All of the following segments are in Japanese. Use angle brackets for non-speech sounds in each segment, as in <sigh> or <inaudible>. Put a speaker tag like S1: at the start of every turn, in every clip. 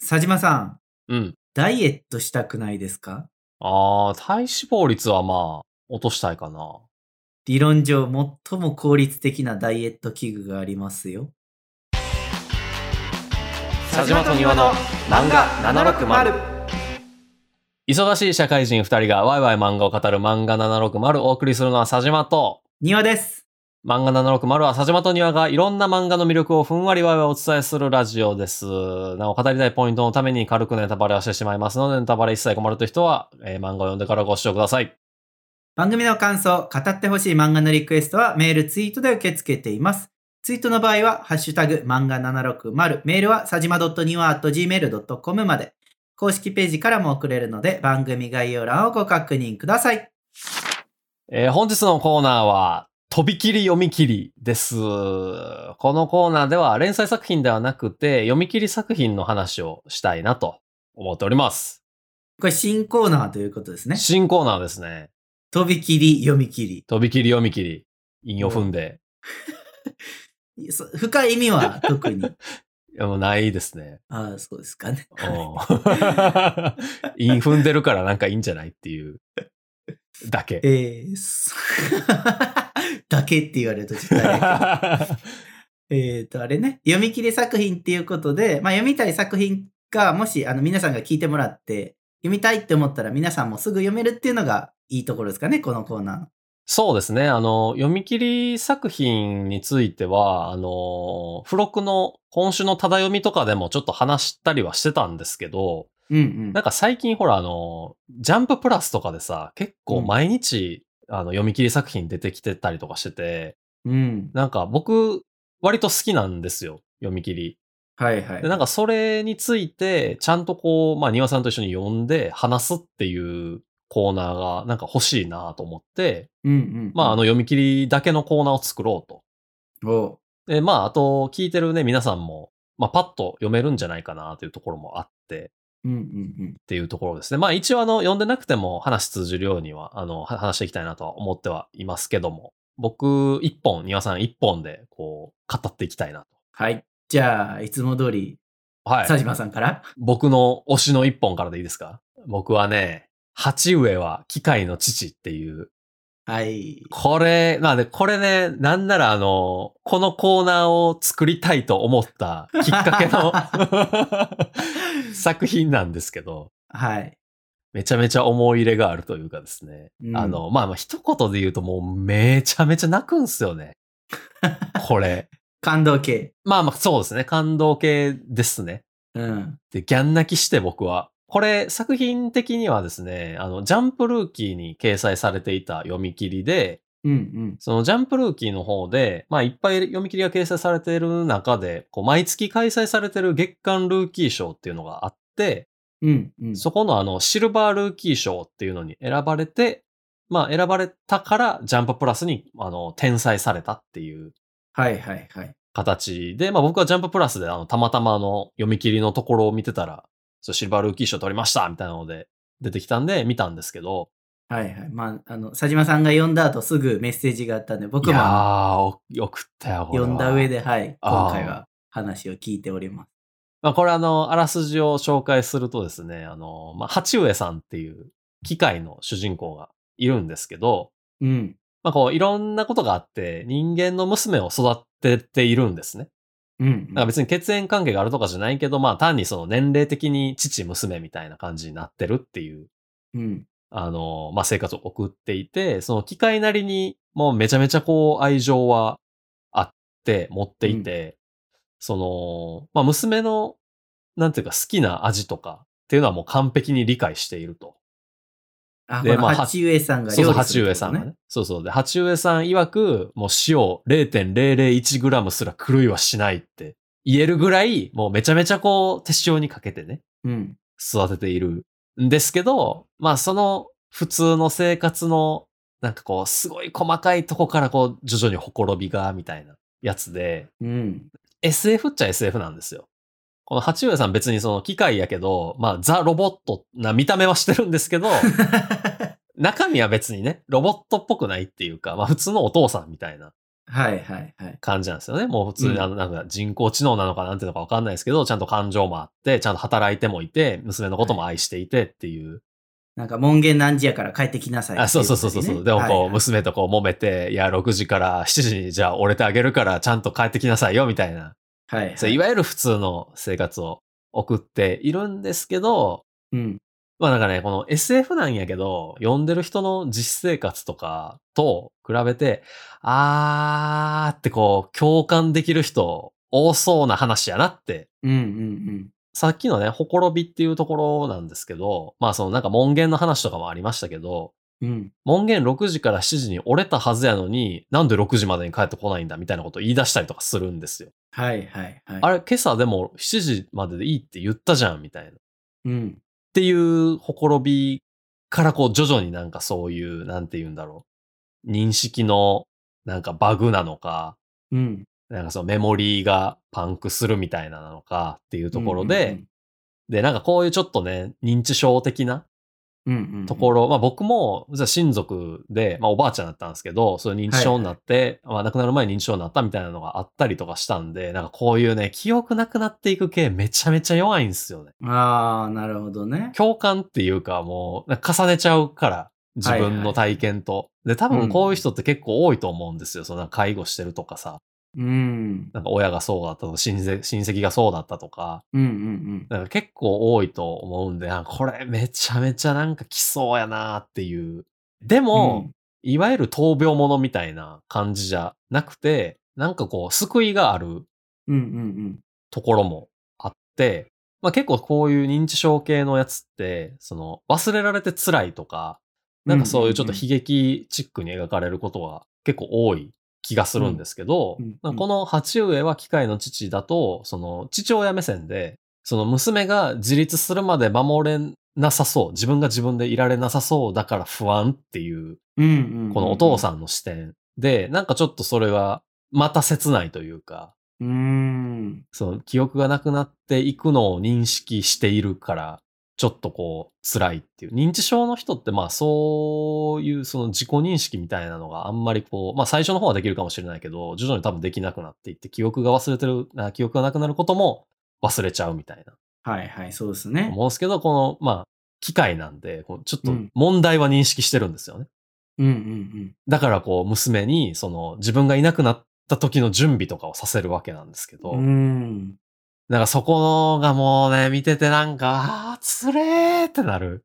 S1: 佐島さん、
S2: うん。
S1: ダイエットしたくないですか
S2: ああ、体脂肪率はまあ、落としたいかな。
S1: 理論上最も効率的なダイエット器具がありますよ。
S2: 佐島と庭の漫画760忙しい社会人2人がワイワイ漫画を語る漫画760をお送りするのは佐島と、
S1: 庭です。
S2: 漫画760は佐島と庭がいろんな漫画の魅力をふんわりわいわいお伝えするラジオです。なお、語りたいポイントのために軽くネタバレをしてしまいますので、ネタバレ一切困るという人は、えー漫画を読んでからご視聴ください。
S1: 番組の感想、語ってほしい漫画のリクエストはメール、ツイートで受け付けています。ツイートの場合は、ハッシュタグ、漫画760、メールは、さじま .niwa.gmail.com まで。公式ページからも送れるので、番組概要欄をご確認ください。
S2: えー本日のコーナーは、とびきり読み切りです。このコーナーでは連載作品ではなくて、読み切り作品の話をしたいなと思っております。
S1: これ新コーナーということですね。
S2: 新コーナーですね。
S1: 飛び切り、読み切
S2: とびきり読み切り、韻を踏んで、
S1: り。そ深い意味は特に。
S2: いやもうないです
S1: <laughs>
S2: ね。
S1: ああ、そうですかね。
S2: うん <laughs> 韻踏んでるからなんかいいんじゃないっていう、だけ。
S1: えー、そ <laughs> だけって言われるとちょっとあれやけど <laughs> えっと、あれね、読み切り作品っていうことで、まあ、読みたい作品が、もし、あの、皆さんが聞いてもらって、読みたいって思ったら皆さんもすぐ読めるっていうのがいいところですかね、このコーナ
S2: そうですね。あの、読み切り作品については、あの、付録の今週のただ読みとかでもちょっと話したりはしてたんですけど、
S1: ー。うんう
S2: なんか最近ほら、あの、ジャンププラスとかでさ、結構毎日、あの、読み切り作品出てきてたりとかしてて、
S1: ん。うん。
S2: なんか僕、割と好きなんですよ。読み切り。
S1: はいはい
S2: で、。なんかそれについて、ちゃんとこう、まあ、庭さんと一緒に読んで話すっていうコーナーがなんか欲しいなと思って、
S1: うんうん。
S2: まあ、あの、読み切りだけのコーナーを作ろうと。
S1: お
S2: で、まあ、あと、聞いてるね、皆さんも、まあ、パッと読めるんじゃないかなというところもあって、
S1: うんうん
S2: っていうところですね。まあ、一応、あの、読んでなくても話通じるようには、あの、は話していきたいなとは思ってはいますけども、僕、一本、庭さん一本で、こう、語っていきたいな
S1: はい。じゃあ、いつも通り、
S2: と。はい。
S1: 佐島さんから。
S2: 僕の推しの一本からでいいですか僕はね、鉢植えは機械の父っていう、
S1: はい。
S2: これ、まあね、これね、なんならあの、このコーナーを作りたいと思ったきっかけ
S1: <laughs>
S2: の作品なんですけど、
S1: はい。
S2: めちゃめちゃ思い入れがあるというかですね。
S1: うん
S2: あの、まあまあ一言で言うともうめちゃめちゃ泣くんすよね。これ。
S1: 感動系。
S2: まあまあそうですね。感動系ですね。
S1: うん。
S2: で、ギャン泣きして僕は。これ、作品的にはですね、あの、ジャンプルーキーに掲載されていた読み切りで、
S1: うんうん。
S2: そのジャンプルーキーの方で、まあ、いっぱい読み切りが掲載されている中で、こう、毎月開催されている月間ルーキー賞っていうのがあって、
S1: うんうん。
S2: そこのあの、シルバールーキー賞っていうのに選ばれて、まあ、選ばれたから、ジャンププラスに、あの、転載されたっていう
S1: はいはいはい。
S2: 形で、まあ僕はジャンププラスであのたまたまあの読み切りのところを見てたら、そうシルバールーキー賞取りましたみたいなので出てきたんで見たんですけど、
S1: はいはい。まあ、あの、佐島さんが読んだ後すぐメッセージがあったんで、僕
S2: い
S1: も
S2: や
S1: あ
S2: ー、お送ったよ、
S1: の
S2: これは
S1: 読んだ上。で、はい、
S2: あー
S1: 今回は話を聞いております。
S2: まあこれあの、あらすじを紹介するとですね、あの、まあ、八上さんっていう機械の主人公がいるんですけど、
S1: うん。
S2: まあこういろんなことがあって人間の娘を育てているんですね。
S1: うん、
S2: だから別に血縁関係があるとかじゃないけど、まあ単にその年齢的に父娘みたいな感じになってるっていう
S1: うん。
S2: あの、まあ、生活を送っていて、その機械なりに、もうめちゃめちゃこう愛情はあって、持っていて、その、まあ、娘の、なんていうか好きな味とかっていうのはもう完璧に理解していると。
S1: あ、
S2: で
S1: この
S2: まあ
S1: 鉢植えさんが
S2: そう
S1: 料
S2: そう、
S1: 理す
S2: 鉢
S1: る
S2: 植
S1: ってこと
S2: えさんがね。そうそう。で、鉢植えさん曰く、もう塩 0.001g すら狂いはしないって言えるぐらい、もうめちゃめちゃこう手塩にかけてね。
S1: うん。
S2: 育てているんですけど、まあその普通の生活のなんかこうすごい細かいとこからこう徐々にほころびがみたいなやつで、
S1: うん。 <laughs>
S2: SF っちゃ SF なんですよ。この八上さん別にその機械やけど、まあザ・ロボットな見た目はしてるんで
S1: <laughs>
S2: すけど、中身は別にね、ロボットっぽくないっていうか、まあ普通のお父さんみたいな
S1: はいはいはい。
S2: 感じなんですよね。もう普通
S1: う
S2: に
S1: ん
S2: あの、なんか人工知能なのかなんていうのかわかんないですけど、ちゃんと感情もあって、ちゃんと働いてもいて、娘のことも愛していてっていう。
S1: なんか門限何時やから帰ってきなさいってい
S2: あそうそうそうそうそう。でもこう、
S1: む
S2: 娘とこう揉めて、いや、6時から7時にじゃあ折れてあげるから、ちゃんと帰ってきなさいよ、みたいな。
S1: はいはい。
S2: そういわゆる普通の生活を送っているんですけど、
S1: うん。
S2: まあなんかね、この SF なんやけど、読んでる人の実生活とかと比べて、あーってこう、共感できる人多そうな話やなって、
S1: うんうん
S2: さっきのね、ほころびっていうところなんですけど、まあそのなんか門限の話とかもありましたけど、
S1: うん。うん。
S2: 門限6時から7時に折れたはずやのに、なんで6時までに帰ってこないんだみたいなこと言い出したりとかするんですよ。
S1: はいはいはい。
S2: あ
S1: れ
S2: れ、今朝でも7時まででいいって言ったじゃんみたいな。
S1: うん。
S2: っていうほころびからこう徐々になんかそういう、なんて言うんだろう。認識のなんかバグなのか、
S1: うん。
S2: なんかそのメモリーがパンクするみたいなのかっていうところで、で、なんかこういうちょっとね、認知症的な
S1: うんうんうん、うんうん。
S2: とこ
S1: ろ。
S2: ろ、まあ僕も、実は親族で、まあおばあちゃんだったんですけど、そういう認知症になって、まあ亡くなる前に認知症になったみたいなのがあったりとかしたんで、なんかこういうね、記憶なくなっていく系めちゃめちゃ弱いんですよね。
S1: ああ、なるほどね。
S2: 共感っていうかもう、なんか重ねちゃうから、自分の体験と。で、多分こういう人って結構多いと思うんですよ。そのなんか介護してるとかさ、
S1: うん。
S2: なんか親がそうだったとか、親戚親戚がそうだったとか、
S1: うんうん
S2: なんか結構多いと思うんで、あこれめちゃめちゃなんか来そうやなっていう。で
S1: うん。
S2: も、いわゆる闘病者みたいな感じじゃなくて、なんかこう、救いがある
S1: うん、うんうん
S2: ところもあって、まあ結構こういう認知症系のやつって、その忘れられて辛いとか、なんかそういうちょっと悲劇チックに描かれることが結構多い気がするんですけど
S1: うんうん、
S2: まあこの鉢植えは機械の父だと、その父親目線で、その娘が自立するまで守れなさそう、自分が自分でいられなさそうだから不安っていう、
S1: うん。うんうん。
S2: このお父さんの視点で、なんかちょっとそれはまた切ないというか、
S1: ん。うん。
S2: その記憶がなくなっていくのを認識しているから、ちょっとこう辛いっていう。認知症の人ってまあそういうその自己認識みたいなのがあんまりこう、まあ最初の方はできるかもしれないけど、徐々に多分できなくなっていって、記憶が忘れてる、あ記憶がなくなることも忘れちゃうみたいな。
S1: はいはい、そうですね。
S2: 思うんですけど、このまあ機械なんで、こうちょっと
S1: うん
S2: 問題は認識してるんですよね。
S1: うんうん
S2: だからこう娘にその自分がいなくなった時の準備とかをさせるわけなんですけど、
S1: うん。うん。
S2: なんかそこがもうね、見ててなんか、あー、つれーってなる。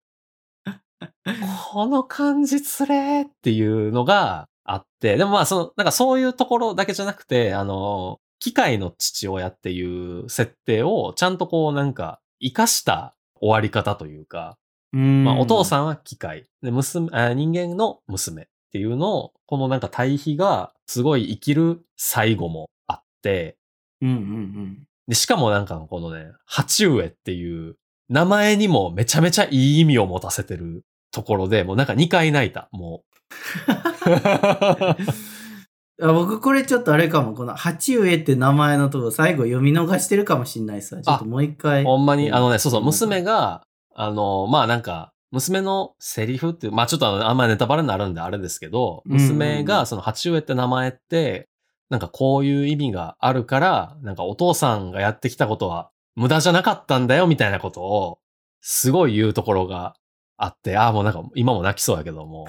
S2: この感じつれーっていうのがあって、でもまあその、なんかそういうところだけじゃなくて、あの、機械の父親っていう設定をちゃんとこうなんか生かした終わり方というか、
S1: うん。
S2: まあお父
S1: ん。
S2: さんは機械、で娘あ人間の娘っていうのを、このなんか対比がすごい生きる最後もあって、
S1: うんうん
S2: で、しかもなんかこのね、鉢植えっていう名前にもめちゃめちゃいい意味を持たせてるところで、もうなんか2回泣いた、
S1: <laughs>
S2: もう。
S1: うん。あ僕これちょっとあれかも、この鉢植えって名前のとこ最後読み逃してるかもしんないっすわちょっともう一回。
S2: ほんまに、
S1: うん <laughs>
S2: あのね、そうそう、娘が、あの、まあなんか、娘のセリフっていう、まあちょっとあのあんまネタバレになるんであれですけど、
S1: うんうんうん
S2: 娘がその鉢植えって名前って、なんかこういう意味があるから、なんかお父さんがやってきたことは無駄じゃなかったんだよみたいなことを、すごい言うところがあって、ああ、もうなんか今も泣きそうやけど
S1: <laughs>
S2: も、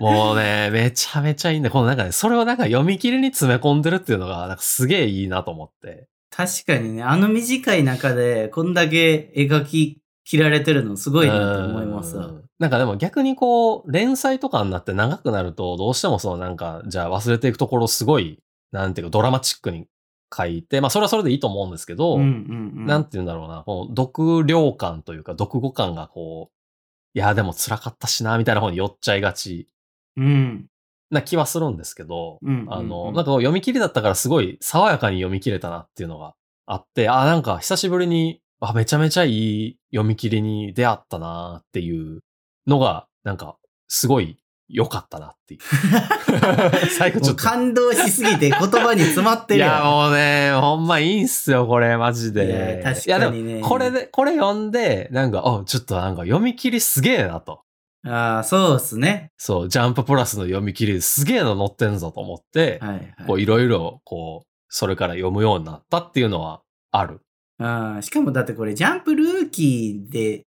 S2: もうね、めちゃめちゃいいんだ。このなんかね、それをなんか読み切りに詰め込んでるっていうのが、なんかすげえいいなと思って。
S1: 確かにね、あの短い中で、こんだけ描き切られてるのすごいなと思いますわ
S2: うんなんかでも逆にこう、連載とかになって長くなると、どうしてもそのなんか、じゃあ忘れていくところすごい、なんていうかドラマチックに書いて、まあそれはそれでいいと思うんですけど、
S1: うんうんうん。
S2: なんて言うんだろうな、この読量感というか、読語感がこう、いやでも辛かったしな、みたいな方に寄っちゃいがち
S1: うん。
S2: な気はするんですけど、
S1: うんうんうん
S2: あの、なんかこう読み切りだったからすごい爽やかに読み切れたなっていうのがあって、あ、なんか久しぶりに、あ、めちゃめちゃいい読み切りに出会ったなっていうのが、なんかすごい良かったなっ
S1: <laughs>
S2: ていう。最後ち
S1: も
S2: ょ
S1: う
S2: っと。
S1: 感動しす <laughs> ぎて言葉に詰まって
S2: い
S1: る
S2: や
S1: や
S2: もうね、ほんまいいんすよ、これ、マジ
S1: ん。
S2: で。
S1: いや確
S2: いや
S1: か
S2: でも
S1: にね。
S2: これで、これ読んで、なんか、あ、ちょっとなんか読み切りすげえなと。
S1: ああ、そうですね。
S2: そう、ジャンププラスの読み切りすげえの載ってんぞと思って、
S1: はい、
S2: こ
S1: は
S2: う
S1: い。
S2: いろいろこう、それから読むようになったっていうのはある。
S1: ああしかもだってこれ、ジャンプルーキーで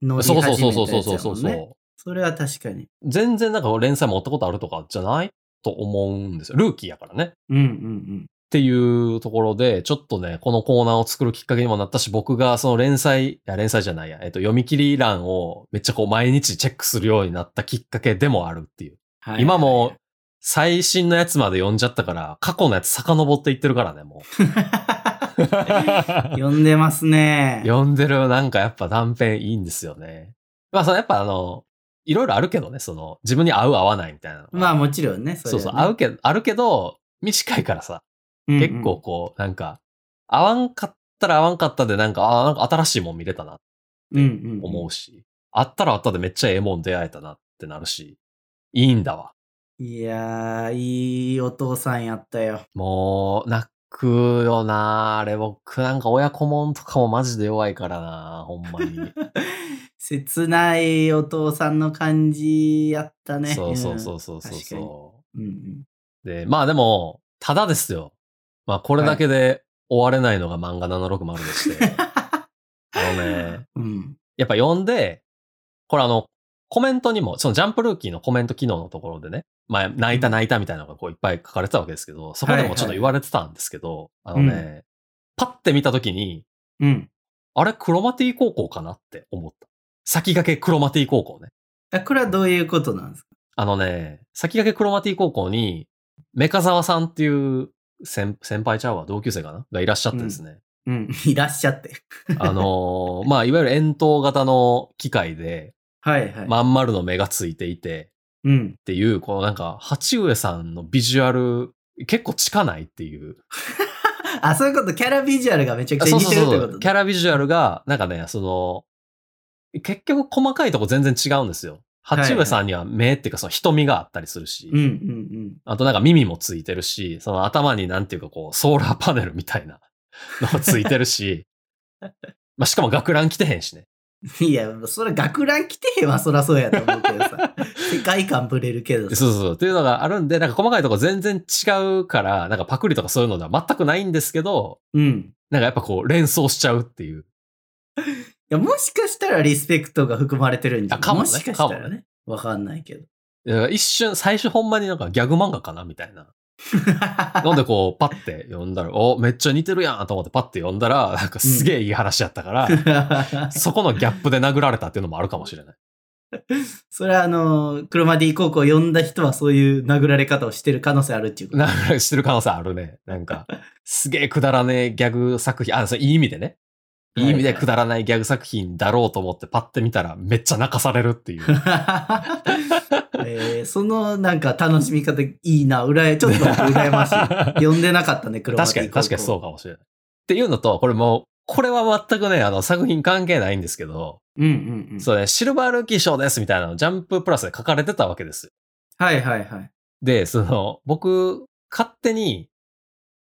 S1: 乗り始
S2: そう
S1: めた
S2: そ
S1: や
S2: う
S1: つや
S2: そ
S1: も、ね、
S2: うんそうそうそうそう
S1: それは確かに。
S2: 全然なんか連載持ったことあるとかじゃないと思うんですよ。ルーキーやからね。
S1: うんうん
S2: っていうところで、ちょっとね、このコーナーを作るきっかけにもなったし、僕がその連載、いや連載じゃないや、えっと、読み切り欄をめっちゃこう毎日チェックするようになったきっかけでもあるっていう。
S1: うん。はい、
S2: 今も最新のやつまで読んじゃったから、過去のやつ遡っていってるからね、もう。
S1: <laughs> <laughs> 呼んでますね。
S2: 読んでるなんかやっぱ断片いいんですよね。まあ、そのやっぱあの、いろいろあるけどね、その、自分に合う合わないみたいなのが。
S1: まあもちろんね。
S2: そうそう、
S1: 会
S2: 合うけど、あるけど、短いからさ、結構こう、なんか、合わんかったら合わんかったで、なんか、ああ、なんか新しいもん見れたな、思うし、あったらあったでめっちゃええもん出会えたなってなるし、いいんだわ。
S1: いやー、いいお父さんやったよ。 <laughs>
S2: もう、泣くよなあれ僕なんか親子もんとかもマジで弱いからなほんま <laughs> に。
S1: 切ないお父さんの感じやったね。
S2: そうそうそうそうそう
S1: 確か
S2: そ
S1: うん。うん
S2: う。で、まあでも、ただですよ。まあこれだけで終われないのが漫画760でして。あのね、
S1: うん。うん。
S2: やっぱ読んで、これあの、コメントにも、そのジャンプルーキーのコメント機能のところでね、まあ、泣いた泣いたみたいなのがこういっぱい書かれてたわけですけど、そこでもちょっと言われてたんですけど、
S1: いはい
S2: あのね、パッて見たときに、
S1: うん。
S2: あれ、クロマティ高校かなって思った。先駆けクロマティ高校ね。
S1: あこれはどういうことなんですか
S2: あのね、先駆けクロマティ高校に、メカザワさんっていう先先輩ちゃうわ、同級生かながいらっしゃってですね。
S1: うん。いらっしゃって。
S2: あのーまあ、いわゆる円筒型の機械で、
S1: <laughs> はいはい。
S2: まん丸の目がついていて、
S1: うん
S2: っ。ていう、このなんか、八上さんのビジュアル、結構近ないっていう。
S1: あ、そういうこと、キャラビジュアルがめちゃくちゃ
S2: そう
S1: 似
S2: そう
S1: てるって
S2: そ
S1: こ
S2: う。
S1: と
S2: キャラビジュアルが、なんかね、その、結局細かいとこ全然違うんですよ。八上さんには目っていうか、その瞳があったりするし、
S1: うんうん
S2: あとなんか耳もついてるし、その頭になんていうかこう、ソーラーパネルみたいなのもついてるし、 <laughs> まあしかも学ラン着てへんしね。
S1: うん。いや、それ学ラン来てへんわ、そらそうやと思うけど
S2: <laughs>
S1: さ。世界観ぶれるけどさ。
S2: そうそうそう。っていうのがあるんで、なんか細かいとこ全然違うから、なんかパクリとかそういうのでは全くないんですけど、
S1: うん。
S2: なんかやっぱこう連想しちゃうっていう。
S1: いや、もしかしたらリスペクトが含まれてるんじゃ
S2: あかもね
S1: もしかした
S2: からも
S1: ね。わかんないけど。
S2: いや一瞬、最初ほんまになんかギャグ漫画かなみたいな。なんでこう、パッて読んだら、お、めっちゃ似てるやんと思ってパッて読んだら、なんかすげえいい話やったから、そこのギャップで殴られたっていうのもあるかもしれない。
S1: <laughs> それはあのー、クロマディ高校を呼んだ人はそういう殴られ方をしてる可能性あるっていうこと。
S2: 殴られしてる可能性あるね。なんか、すげえくだらねえギャグ作品、あ、それいい意味でね。いい意味でくだらないギャグ作品だろうと思ってパッて見たらめっちゃ泣かされるっていう。
S1: <laughs> えーそのなんか楽しみ方いいな、うらや、ちょっと羨まし
S2: <laughs>
S1: い。呼んでなかったね、クロマデ
S2: 確
S1: ィ
S2: かに、
S1: 高校。
S2: 確かにそうかもしれない。っていうのと、これもう、これは全くね、あの、作品関係ないんですけど、
S1: う。うんうんうん。
S2: そうね、シルバールーキー賞ですみたいなの、ジャンププラスで書かれてたわけですよ。
S1: はいはいはい。
S2: で、その、僕、勝手に、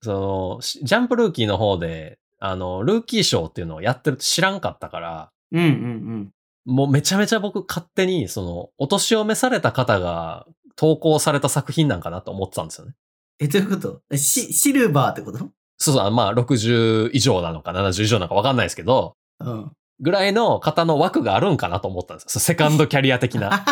S2: その、しジャンプルーキーの方で、あの、ルーキー賞っていうのをやってるって知らんかったから、
S1: うんうん
S2: もうめちゃめちゃ僕勝手に、その、お年を召された方が投稿された作品なんかなと思ってたんですよね。
S1: え、どういうことえシシルバーってこと
S2: そうそう、まあ、60以上なのか70以上なのかわかんないですけど、
S1: うん。
S2: ぐらいの方の枠があるんかなと思ったんですよ。そうセカンドキャリア的
S1: <laughs>
S2: な。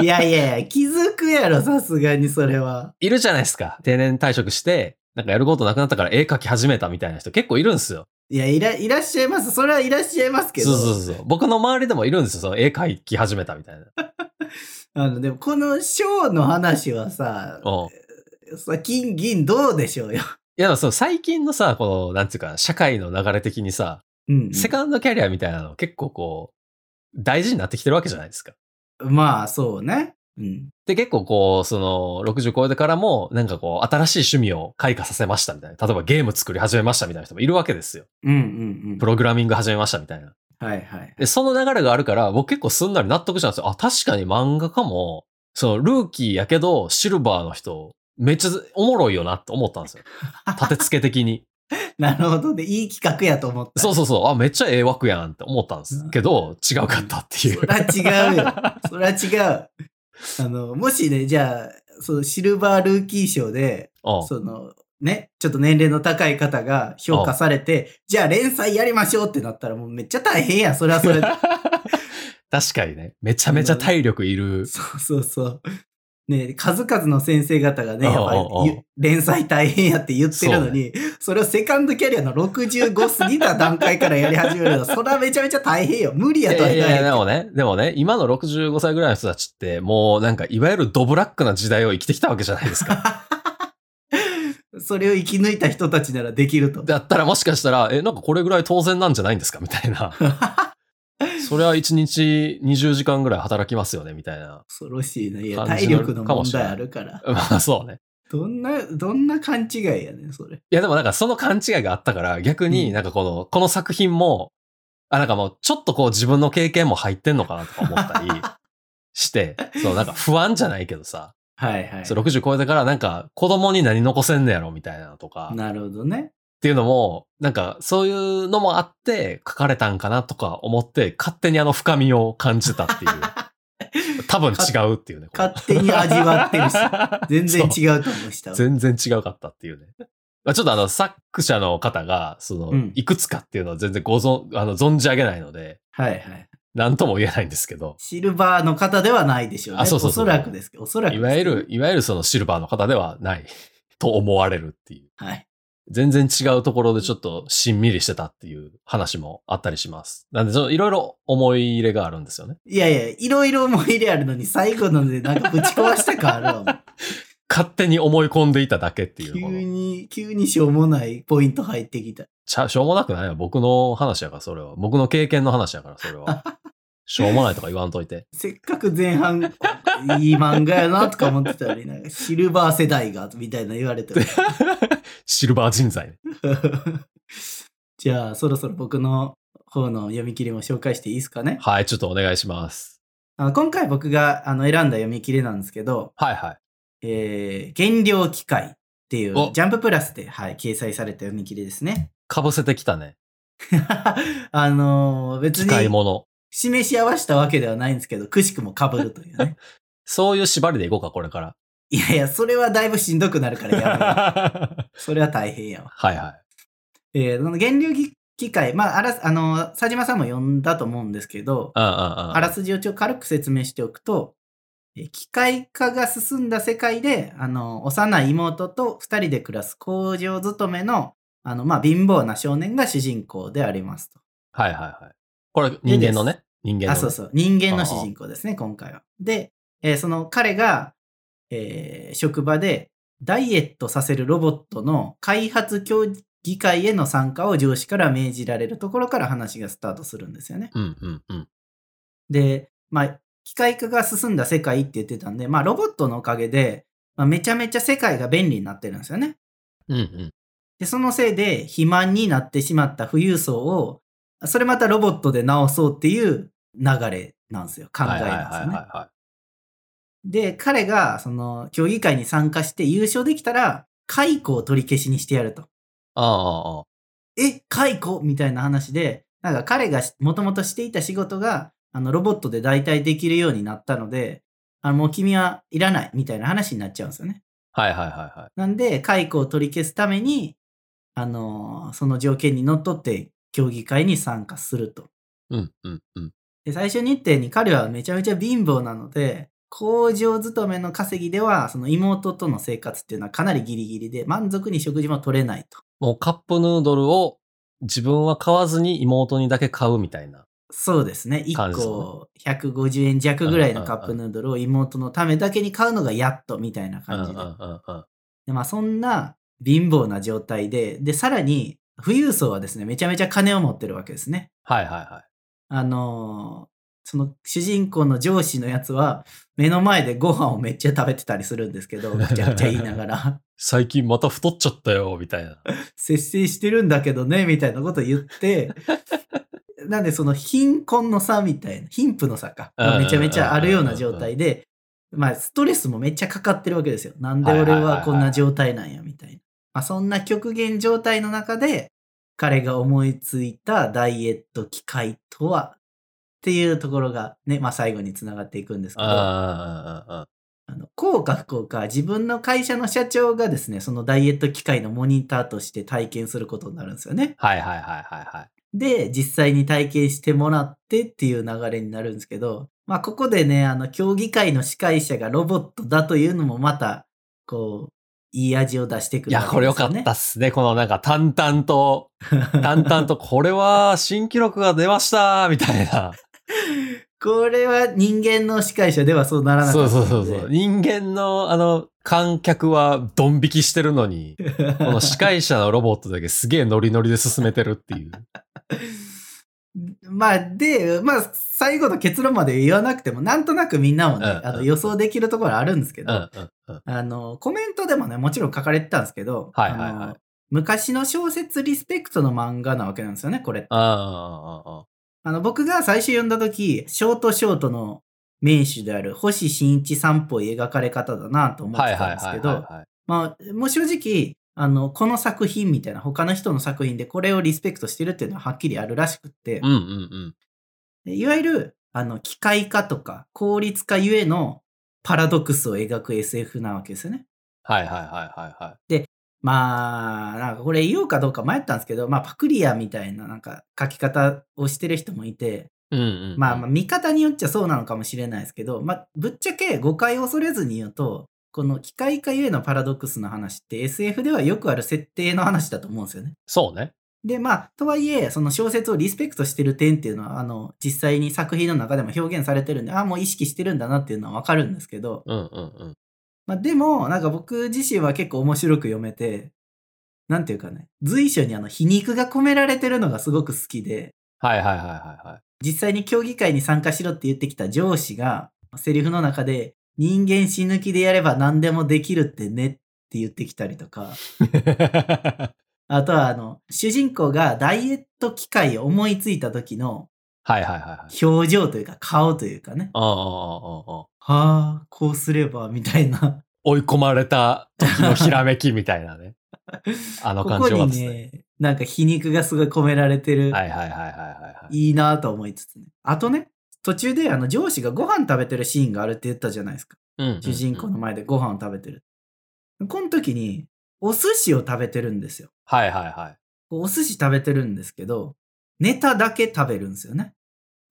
S1: いやいやい <laughs> や、気づくやろ、さすがにそれは。
S2: いるじゃないですか。定年退職して、なんかやることなくなったから絵描き始めたみたいな人結構いるんですよ。
S1: いや、いら、いらっしゃいます。それはいらっしゃいますけど。
S2: そうそうそう。僕の周りでもいるんですよ。その絵描き始めたみたいな。
S1: あの、でもこの賞の話はさ、
S2: うん。い
S1: さ、金銀どうでしょうよ。
S2: や、でもその最近のさ、この、なんていうか、社会の流れ的にさ、
S1: うん
S2: セカンドキャリアみたいなの結構こう、大事になってきてるわけじゃないですか。
S1: まあ、そうね。うん。
S2: で、結構こう、その、60超えてからも、なんかこう、新しい趣味を開花させましたみたいな。例えばゲーム作り始めましたみたいな人もいるわけですよ。
S1: うんうんうん
S2: プ。ログラミング始めましたみたいな。
S1: はいはい。
S2: で、その流れがあるから、僕結構すんなり納得したんですよ。あ、確かに漫画家も、その、ルーキーやけど、シルバーの人、めっちゃおもろいよなって思ったんですよ。立て付け的に。
S1: <laughs> なるほどね。いい企画やと思った。
S2: そうそうそう。あ、めっちゃええ枠やんって思ったんですけど、違うかったっていう
S1: そ。ら違うよ。そら違う。あの、もしね、じゃあ、そのシルバールーキー賞で、
S2: うん
S1: その、ね、ちょっと年齢の高い方が評価されて、じゃあ連載やりましょうってなったらもうめっちゃ大変やん、それはそれで。
S2: <laughs> 確かにね。めちゃめちゃ体力いる。
S1: そうそうそう。ね、数々の先生方がね、やっぱり
S2: おうおうおう
S1: ゆ連載大変やって言ってるのに、それをセカンドキャリアの65過ぎた段階からやり始めるの、それはめちゃめちゃ大変よ。無理
S2: いや
S1: や
S2: い
S1: とは
S2: やい
S1: 言わ
S2: や、で
S1: ない。
S2: もね、でもね、今の65歳ぐらいの人たちって、もうなんか、いわゆるドブラックな時代を生きてきたわけじゃない <laughs> ですか。
S1: それを生き抜いた人たちならできると。
S2: だったらもしかしたら、え、なんかこれぐらい当然なんじゃないんですかみたい <laughs> な。それは1日20時間ぐらい働きますよねみたいな。
S1: 恐ろしいな。いや、
S2: 感じ
S1: 体
S2: の
S1: 力の問題あるから。
S2: まあそうね。
S1: どんな、どんな勘違いやねん、それ。
S2: いやでもなんかその勘違いがあったから、逆
S1: う
S2: に
S1: ん
S2: なんかこの、この作品も、あ、なんかもうちょっとこう自分の経験も入ってんのかなとか思ったり
S1: <laughs>
S2: して、そうなんか不安じゃないけどさ、
S1: はいはい。
S2: そう60超えてからなんか子供に何残せんのやろみたいなのとか、っ
S1: なるほどね。
S2: ていうのも、なんかそういうのもあって書かれたんかなとか思って、勝手にあの深みを感じたって
S1: <laughs>
S2: いう。多分違うっていうね。こう
S1: 勝手に味わ
S2: <laughs>
S1: ってるし、全然違うと思うしたわ。
S2: 全然違うかったっていうね。まあちょっとあの、作者の方が、その、
S1: うん
S2: いくつかっていうのは全然ご存、あの、存じ上げないので、
S1: はいはい。
S2: なんとも言えないんです
S1: <laughs>
S2: けど、
S1: シルバーの方ではないでしょうね。
S2: あそうそうそう
S1: おそらくですけど、おそらくで
S2: い
S1: すけど
S2: わゆる、。いわゆるそのシルバーの方ではない <laughs> と思われるっていう。
S1: はい。
S2: 全然違うところでちょっとしんみりしてたっていう話もあったりします。なんで、そのいろいろ思い入れがあるんですよね。
S1: いやいや、いろいろ思い入れあるのに、最後のでなんかぶち壊した感あ
S2: <laughs>
S1: るわもん。
S2: 勝手に思い込んでいただけってい
S1: 急
S2: うこの。
S1: に、急にしょうもないポイント入ってきた。
S2: ちゃ、しょうもなくないよ。僕の話やから、それは。僕の経験の話やから、それ
S1: <laughs>
S2: は。しょうもないとか言わんといて。
S1: せっかく前半、いい漫画やなとか思ってたのに、なんかシルバー世代が、みたいな言われても。
S2: シルバー人材ね。
S1: <laughs> じゃあ、そろそろ僕の方の読み切りも紹介していいですかね。
S2: はい、ちょっとお願いします。
S1: あの今回僕があの選んだ読み切りなんですけど、
S2: はいはい。
S1: えー、減量機械っていう、
S2: お
S1: ジャンププラスで、はい、掲載された読み切りですね。 <laughs>
S2: かぶせてきたね。
S1: あのー別
S2: 使い
S1: に
S2: 物。
S1: 示し合わせたわけではないんですけど、くしくも被るというね。
S2: そういう縛りでいこうか、これ
S1: <laughs>
S2: から。
S1: いやいや、それはだいぶしんどくなるからやめ
S2: <laughs>
S1: ようそれは大変やわ。
S2: はいはい。
S1: えー、この減量機械、まあ、あら、あのー佐島さんも読んだと思うんですけど、
S2: うんうんうん。
S1: あらすじをちょ軽く説明しておくと、えー機械化が進んだ世界で、あの、幼い妹と2人で暮らす工場勤めの、あの、まあ、貧乏な少年が主人公でありますと。
S2: はいはいはい。これ人間のね。人間のね、
S1: あ、そうそう。人間の主人公ですね、今回は。で、えーその彼が、えー職場でダイエットさせるロボットの開発協議会への参加を上司から命じられるところから話がスタートするんですよね。
S2: うんうんうん。
S1: で、まあ、機械化が進んだ世界って言ってたんで、まあ、ロボットのおかげで、まあ、めちゃめちゃ世界が便利になってるんですよね。
S2: うんうん。
S1: で、そのせいで、肥満になってしまった富裕層を、それまたロボットで治そうっていう流れなんですよ。考え
S2: はいはいは
S1: な
S2: い
S1: んですよね。
S2: は
S1: で、彼が、その、競技会に参加して優勝できたら、解雇を取り消しにしてやると。
S2: い。ああ、
S1: え、解雇みたいな話で、なんか彼がもともとしていた仕事が、あの、ロボットで代替できるようになったので、あの、もう君はいらないみたいな話になっちゃうんですよね。
S2: はいはいはいはい。
S1: なんで、解雇を取り消すために、あのーその条件にのっとって競技会に参加すると。
S2: うんうんうん。
S1: で、最初日程に彼はめちゃめちゃ貧乏なので、工場勤めの稼ぎでは、その妹との生活っていうのはかなりギリギリで、満足に食事も取れないと。
S2: もうカップヌードルを自分は買わずに妹にだけ買うみたいな。
S1: そうですね。
S2: 感
S1: 1
S2: じですね
S1: 個150円弱ぐらい
S2: うん
S1: の
S2: うんう
S1: カ
S2: ん
S1: ップヌードルを妹のためだけに買うのがやっとみたいな
S2: うんう
S1: 感
S2: んう
S1: じ
S2: ん
S1: で。
S2: うん。
S1: でまあそんな貧乏な状態で、で、さらに富裕層はですね、めちゃめちゃ金を持ってるわけですね。
S2: はいはいは
S1: あのーその主人公の上司のやつは目の前でご飯をめっちゃ食べてたりするんですけど、ぐちゃぐちゃ言いながら、
S2: い。最近また太っちゃったよ、みたい
S1: <laughs>
S2: な。
S1: 節制してるんだけどね、みたいなこと言 <laughs> って、なんでその貧困の差みたいな、貧富の差か、
S2: うんうんうんうん
S1: めちゃめちゃあるような状態で、まあストレスもめっちゃかかってるわけですよ。なんで俺はこんな状態なんや、みたいな。まあ、そんな極限状態の中で、彼が思いついたダイエット機械とは、っていうところがね、まあ、最後につながっていくんですけど、
S2: あ
S1: あの、こうか不幸か、自分の会社の社長がですね、そのダイエット機械のモニターとして体験することになるんですよね。
S2: あ。はいはいはいはいはい。
S1: で、実際に体験してもらってっていう流れになるんですけど、まあ、ここでね、あの、競技会の司会者がロボットだというのもまた、こう、いい味を出してく
S2: い
S1: るわけ
S2: や、
S1: です
S2: これよかったっすね。このなんか淡
S1: <laughs>
S2: 々と、淡々と、これは新記録が出ましたみたいな。
S1: これは人間の司会者ではそうならな
S2: そ
S1: か
S2: う
S1: ったの
S2: そう
S1: で。
S2: そうそう。人間の、あの、観客はドン引きしてるのに、この司会者のロボットだけすげえノリノリで進めてるっていう。
S1: <laughs> まあ、で、まあ、最後の結論まで言わなくても、なんとなくみんなもね、
S2: うんうん
S1: あの予想できるところあるんですけ
S2: う
S1: ど、
S2: んうんうん。
S1: あの、コメントでもね、もちろん書かれてたんですけど、
S2: はいはいはい
S1: あの昔の小説リスペクトの漫画なわけなんですよね、これって。
S2: ああああ、ああ。
S1: あの、僕が最初読んだ時、ショートショートの名手である星新一さんっぽい描かれ方だなと思ってたんですけど、
S2: はい。
S1: まあ、もう正直、あの、この作品みたいな、他の人の作品でこれをリスペクトしてるっていうのははっきりあるらしくって
S2: うん、うん
S1: でいわゆる、あの、機械化とか効率化ゆえのパラドックスを描く SF なわけですよね。
S2: はいはいはいはいはい。
S1: まあ、なんかこれ言おうかどうか迷ったんですけど、まあ、パクリアみたいななんか書き方をしてる人もいて、
S2: うんうんうん
S1: まあ、まあ見方によっちゃそうなのかもしれないですけど、まあ、ぶっちゃけ誤解を恐れずに言うと、この機械化ゆえのパラドックスの話って SF ではよくある設定の話だと思うんですよね。
S2: そうね。
S1: で、まあ、とはいえ、その小説をリスペクトしてる点っていうのは、あの、実際に作品の中でも表現されてるんで、ああ、もう意識してるんだなっていうのはわかるんですけど、
S2: うんうんうん。
S1: まあ、でも、なんか僕自身は結構面白く読めて、なんていうかね、随所にあの皮肉が込められてるのがすごく好きで、
S2: はいはいはいはいはい。
S1: 実際に競技会に参加しろって言ってきた上司が、セリフの中で、人間死ぬ気でやれば何でもできるってねって言ってきたりとか、 <laughs> あとはあの、主人公がダイエット機械を思いついた時の
S2: はいはいはいはい。
S1: 表情というか顔というかね、
S2: ああああああ
S1: はあ、こうすればみたいな
S2: 追い込まれた時のひらめきみたいな
S1: <laughs>
S2: ね。あの
S1: こ
S2: 感
S1: こ
S2: じは
S1: に
S2: ですね。
S1: ね、なんか皮肉がすごい込められてる、
S2: はいはいはいはいはいはい。
S1: いいなと思いつつね。あとね、途中であの上司がご飯食べてるシーンがあるって言ったじゃないですか。
S2: うんうんうん
S1: 主人公の。前でご飯を食べてる。この時に、お寿司を食べてるんですよ。
S2: はいはいはい。
S1: お寿司食べてるんですけど、ネタだけ食べるんですよね。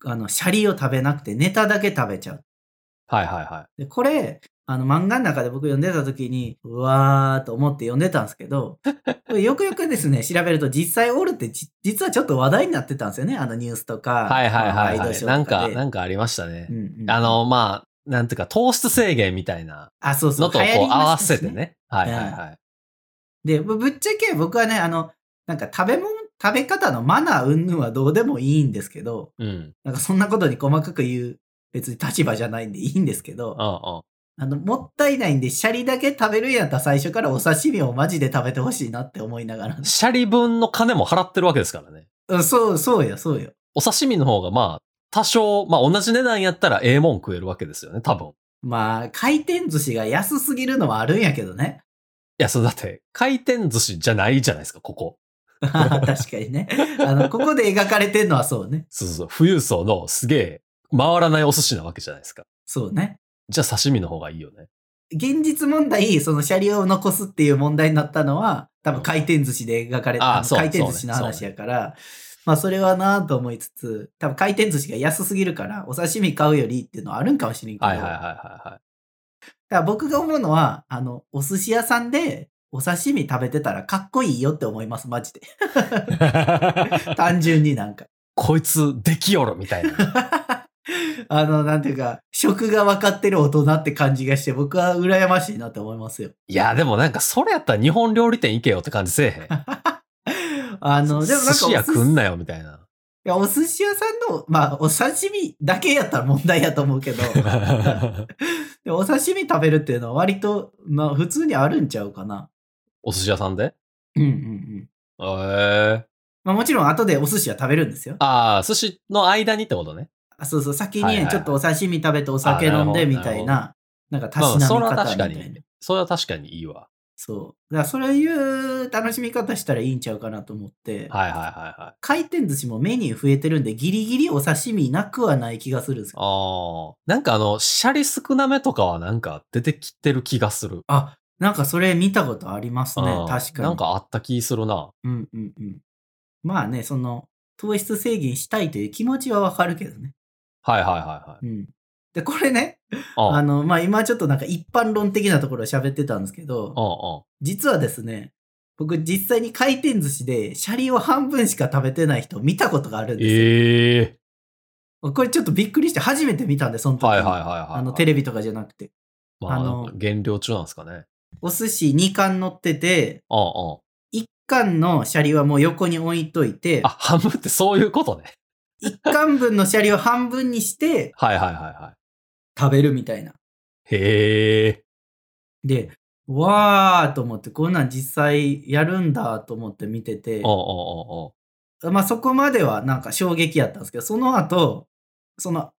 S1: あの、シャリを食べなくてネタだけ食べちゃう。
S2: はいはいは
S1: で、これ、あの漫画の中で僕読んでた時に、うわーと思って読んでたんですけど、 <laughs> これよくよくですね、調べると実際おるってじ実はちょっと話題になってたんですよね。あのニュースとか、
S2: い。はいはい
S1: まあ
S2: はい
S1: ワイ
S2: は
S1: ドシ
S2: い。
S1: ョー
S2: なん
S1: とか
S2: か、
S1: で
S2: なんかありましたね
S1: う。んうん
S2: あの、まあ、なんていうか糖質制限みたいな
S1: あ、そうそう。
S2: のとこう
S1: 流行り
S2: 合わ
S1: ました
S2: せ。
S1: して
S2: ね。はいはいはい。
S1: で、ぶぶっちゃけ僕はね、あの、なんか食べ物、食べ方のマナー云々はどうでもいいんですけど、
S2: うん。うん
S1: なんかそんなことに細かく言う別に立場じゃないんでいいんですけど、あ
S2: うん。
S1: の、もったいないんで、シャリだけ食べるんやったら最初からお刺身をマジで食べてほしいなって思いながら。
S2: シャリ分の金も払ってるわけですからね。
S1: うんそう、そうよ、そうよ。
S2: お刺身の方がまあ、多少、まあ同じ値段やったらええもん食えるわけですよね、多分。い
S1: まあ、回転寿司が安すぎるのはあるんやけどね。 <laughs>
S2: や、そうだって、回転寿司じゃないじゃないですか、ここ。
S1: 確かにね。あの、ここで描かれてるのはそうね。
S2: そうそうそう、富裕層のすげえ回らないお寿司なわけじゃないですか。
S1: そうね。
S2: じゃあ刺身の方がいいよね。
S1: 現実問題、その車両を残すっていう問題になったのは、多分回転寿司で描かれ
S2: ああ
S1: た、あの
S2: そう
S1: 回転寿司の話やから、まあそれはなぁと思いつつ、多分回転寿司が安すぎるから、お刺身買うよりっていうのはあるんかもしれんけど、
S2: はいはいはい
S1: だか
S2: はいはい。
S1: ら僕が思うのは、あの、お寿司屋さんでお刺身食べてたらかっこいいよって思います、マジ
S2: <laughs>
S1: で。単純になんか。
S2: こいつ、できよるみたいな。
S1: あの、なんていうか、食が分かってる大人って感じがして、僕は羨ましいなって思いますよ。
S2: いや、でもなんか、それやったら日本料理店行けよって感じせえへ
S1: <laughs>
S2: ん。
S1: あの、でもなんかお
S2: 寿司屋食んなよみたいな。 <laughs>
S1: いや、お寿司屋さんの、まあ、お刺身だけやったら問題やと思う
S2: <laughs>
S1: けど、でもお刺身食べるっていうのは割と、まあ、普通にあるんちゃうかな。
S2: お寿司屋さんで
S1: うんうんうん。
S2: えー。
S1: まあ、もちろん後でお寿司は食べるんですよ。
S2: ああ、寿司の間にってことね。
S1: あそうそう、先
S2: はいはい
S1: に
S2: はい
S1: ちょっとお刺身食べてお酒飲んでみたいな、なんかた
S2: ま
S1: し
S2: あ、
S1: な
S2: そ
S1: み
S2: れは
S1: 方
S2: 確
S1: み
S2: か
S1: たいな
S2: に。、それは確かにいいわ。
S1: そう。だからそういう楽しみ方したらいいんちゃうかなと思って、
S2: はいはいはいはい。
S1: 回転寿司もメニュー増えてるんで、ギリギリお刺身なくはない気がするんですよ。
S2: ああ。なんかあの、シャリ少なめとかはなんか出てきてる気がする。
S1: あ、なんかそれ見たことありますね
S2: うん。
S1: 確かに。
S2: なんかあった気するな。
S1: うんうんうん。まあね、その、糖質制限したいという気持ちはわかるけどね。
S2: はいはいはいはい。
S1: うん。で、これね、
S2: あ
S1: あ
S2: あ。
S1: の、まあ今ちょっとなんか一般論的なところを喋ってたんですけど、
S2: あ
S1: 実はですね、僕実際に回転寿司でシャリを半分しか食べてない人を見たことがあるんですよ。
S2: ええ
S1: これちょっとびっくりして初めて見たんで、その時に。
S2: はいはいはいはい。
S1: あの、テレビとかじゃなくて。
S2: まあ、
S1: あ
S2: の
S1: の、
S2: 減量中なんですかね。
S1: お寿司2貫乗ってて、
S2: ああ、あ
S1: 1貫のシャリはもう横に置いといて
S2: あ。あ、、半分ってそういうことね。
S1: 1貫分のシャリを半分にして
S2: <laughs> はいはいはいは
S1: 食べるみたいな。
S2: い。へえ。
S1: で、わーと思って、こんなん実際やるんだと思って見てて
S2: ああ、、あ
S1: まあそこまではなんか衝撃やったんですけど、その後、その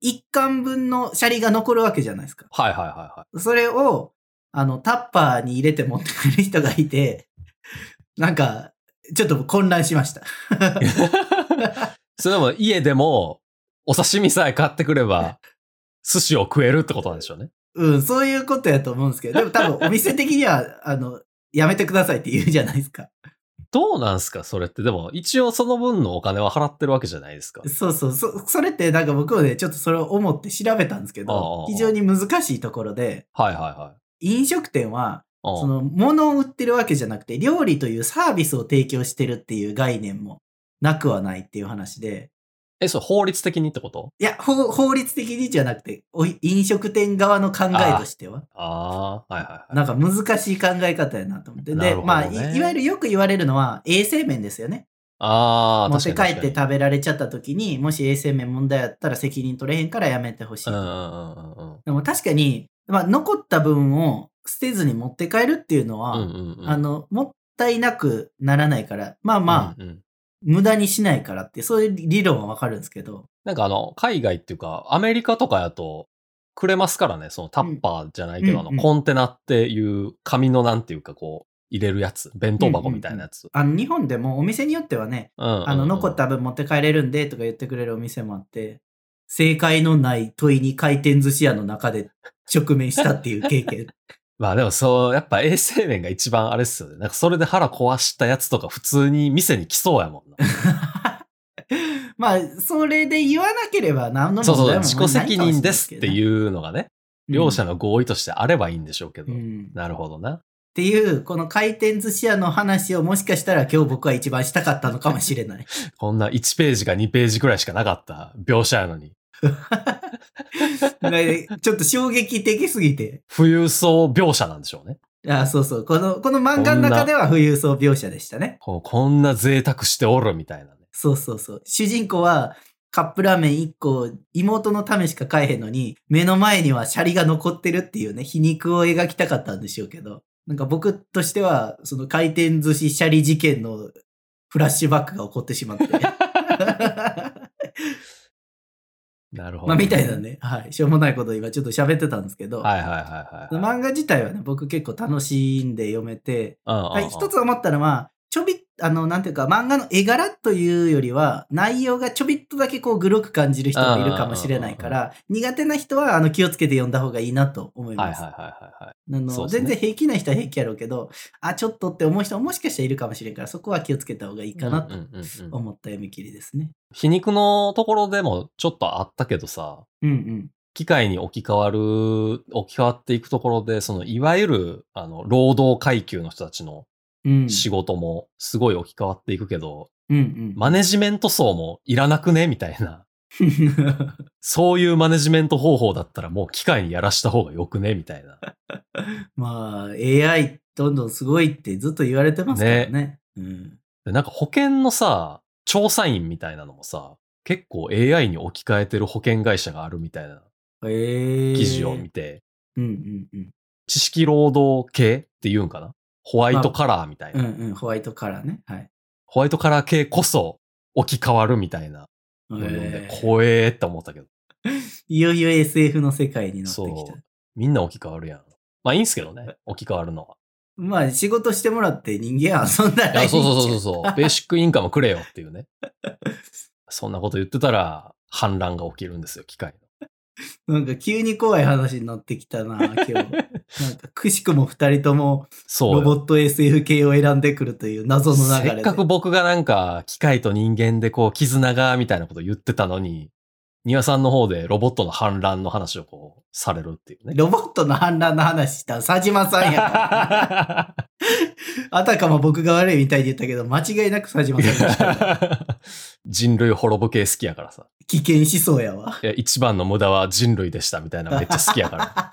S1: 一貫分のシャリが残るわけじゃないですか。
S2: あ、ああ。はいはいはいは
S1: それを、あの、タッパーに入れて持ってくる人がいて、なんか、ちょっと混乱しました。
S2: い。それでも家でも、お刺身さえ買ってくれば、寿司を食えるってことなんでしょうね。
S1: うん、そういうことやと思うんですけど、でも多分お店的には、あの、やめてくださいって言うじゃないですか。
S2: どうなんすかそれって。でも、一応その分のお金は払ってるわけじゃないですか。
S1: そうそう、そそれってなんか僕もね、ちょっとそれを思って調べたんですけ
S2: ああああ
S1: ど、非常に難しいところで、
S2: はいはいはい。
S1: 飲食店は、
S2: ああ
S1: その、物を売ってるわけじゃなくて、料理というサービスを提供してるっていう概念もなくはないっていう話で、
S2: え、それ法律的にってこと
S1: いや、法法律的にじゃなくて、お飲食店側の考えとしては、
S2: ああ、はいはいはい。
S1: なんか難しい考え方やなと思って。
S2: なる
S1: で、
S2: ほどね
S1: まあい、いわゆるよく言われるのは、衛生面ですよね。
S2: ああ、
S1: 持って帰
S2: 確かに
S1: っ
S2: 確
S1: て
S2: か
S1: 食べられちゃった時に、もし衛生面問題やったら責任取れへんからやめてほしいと。
S2: に。うんうんうんうんうん。
S1: でも確かに、まあ、残った分を捨てずに持って帰るっていうのは、
S2: うんうんうん、
S1: あの、もったいなくならないから、まあまあ、
S2: うんうん
S1: 無駄にしないからって、そういう理論はわかるんですけど、
S2: なんかあの、海外っていうか、アメリカとかやと、くれますからね、そのタッパーじゃないけど、
S1: うん
S2: あ
S1: うんうん
S2: の、コンテナっていう紙のなんていうか、こう、入れるやつ、弁当箱みたいなやつ。
S1: あの、日本でもお店によってはね、
S2: うんうんうん
S1: あの、残った分持って帰れるんでとか言ってくれるお店もあって、正解のない問いに回転寿司屋の中
S2: <laughs>
S1: で直面したっていう経験。
S2: まあでもそう、やっぱ衛生面が一番あれっすよね。なんかそれで腹壊したやつとか普通に店に来そうやもんな。
S1: <laughs> まあ、それで言わなければ何の
S2: そう
S1: 問
S2: そう、
S1: 題もないかもし
S2: 自
S1: れない
S2: 己責任ですって
S1: う、
S2: いうのがね、両者の合意としてあればいいんでしょうけど。
S1: うん
S2: なるほどな。
S1: っていう、この回転寿司屋の話をもしかしたら今日僕は一番したかったのかもしれない。 <laughs>
S2: こんな1ページか2ページくらいしかなかった描写やのに。
S1: でちょっと衝撃的すぎて。
S2: 富裕層描写なんでしょうね。
S1: あそうそう。この、この漫画の中では富裕層描写でしたね。
S2: こうこんな贅沢しておるみたいなね。
S1: そうそうそう。主人公はカップラーメン1個を妹のためしか買えへんのに、目の前にはシャリが残ってるっていうね、皮肉を描きたかったんでしょうけど。なんか僕としては、その回転寿司シャリ事件のフラッシュバックが起こってしまって。
S2: なるほど。
S1: まあ、みたいな。
S2: <laughs>
S1: ね。はい。しょうもないことを今ちょっと喋ってたんですけど。
S2: はいはいはいはい。
S1: 漫画自体はね、僕結構楽しんで読めて、
S2: うんうんうん
S1: 一つ思ったのは、ちょびっ、あの、なんていうか、漫画の絵柄というよりは、内容がちょびっとだけこう、グロく感じる人もいるかもしれないから、苦手な人は、あの、気をつけて読んだ方がいいなと思い
S2: は
S1: ま
S2: いはい
S1: す。
S2: はいはい。
S1: あの
S2: そうですね
S1: 全然平気な人は平気やろうけど、あ、ちょっとって思う人ももしかしたらいるかもしれんから、そこは気をつけた方がいいかなと
S2: うんうんうんうん
S1: 思った読み切りですね。
S2: 皮肉のところでもちょっとあったけどさ、
S1: うんうん。
S2: 機械に置き換わる、置き換わっていくところで、そのいわゆる、あの、労働階級の人たちの
S1: うん。
S2: 仕事もすごい置き換わっていくけど、
S1: うんうん。
S2: マネジメント層もいらなくねみたいな。そういうマネジメント方法だったらもう機械にやらした方がよくねみたいな。
S1: まあ、AI どんどんすごいってずっと言われてますからね。うん、
S2: でなんか保険のさ、調査員みたいなのもさ、結構 AI に置き換えてる保険会社があるみたいな
S1: ええ
S2: 記事を見て、
S1: うんうんうん。
S2: 知識労働系って言うんかなホワイトカラーみたいな、
S1: うんうん、ホワイトカラーね。はい。
S2: ホワイトカラー系こそ置き換わるみたいなのを読んで、
S1: ええ
S2: 怖えって思ったけど、
S1: いよいよ SF の世界に乗ってき
S2: そ
S1: た <laughs>
S2: う。みんな置き換わるやん。まあいいんすけどね、置き換わるのは。
S1: まあ、仕事してもらって人間遊んだら
S2: い
S1: いい
S2: や、そうそ
S1: じ
S2: う
S1: ゃ
S2: そ
S1: ん
S2: うそう。
S1: <laughs>
S2: ベーシックインカムくれよっていうね。そんなこと言ってたら、反乱が起きるんですよ、機械
S1: なんか急に怖い話になってきたな、今
S2: <laughs>
S1: 日。なんか、くしくも二人とも
S2: そ
S1: ロ
S2: う
S1: ボ
S2: よ。
S1: ット SF 系を選んでくるという謎の流れ
S2: せ
S1: で。
S2: っかく僕がなんか、機械と人間でこう、絆が、みたいなこと言ってたのに、庭さんの方でロボットの反乱の話をこう、されるっていうね。
S1: ロボットの反乱の話した佐島さんやから。あたかも僕が悪いみたいに言ったけど、間違いなく佐島さんで
S2: <laughs>
S1: した。
S2: 人類滅ぼ系好きやからさ。
S1: 危険思想やわ。
S2: いや、一番の無駄は人類でしたみたいなめっちゃ好きやか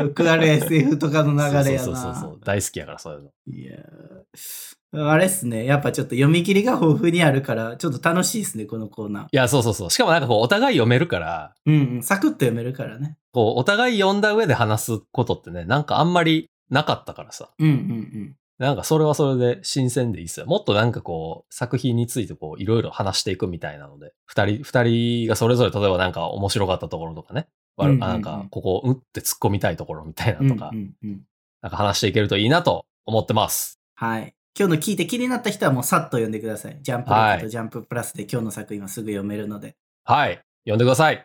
S1: <laughs> よくある SF とかの流れや
S2: そうそうそうそ
S1: な。
S2: う。大好きやから、そういうの。
S1: いやーあれっすね。やっぱちょっと読み切りが豊富にあるから、ちょっと楽しいっすね、このコーナー。
S2: いや、そうそうそう。しかもなんかこう、お互い読めるから、
S1: うんうん、サクッと読めるからね。
S2: こう、お互い読んだ上で話すことってね、なんかあんまりなかったからさ。
S1: うんうんうん。
S2: なんかそれはそれで新鮮でいいっすよ。もっとなんかこう、作品についてこう、いろいろ話していくみたいなので、二人、二人がそれぞれ、例えばなんか面白かったところとかね、悪
S1: うんうんうん
S2: あなんかここ、うんって突っ込みたいところみたいなとか、
S1: うんうんうん
S2: なんか話していけるといいなと思ってます。
S1: はい。今日の聞いて気になった人はもうさっと読んでください。ジャンプラックとジャンププラスで今日の作品はすぐ読めるので。
S2: はい。読んでください。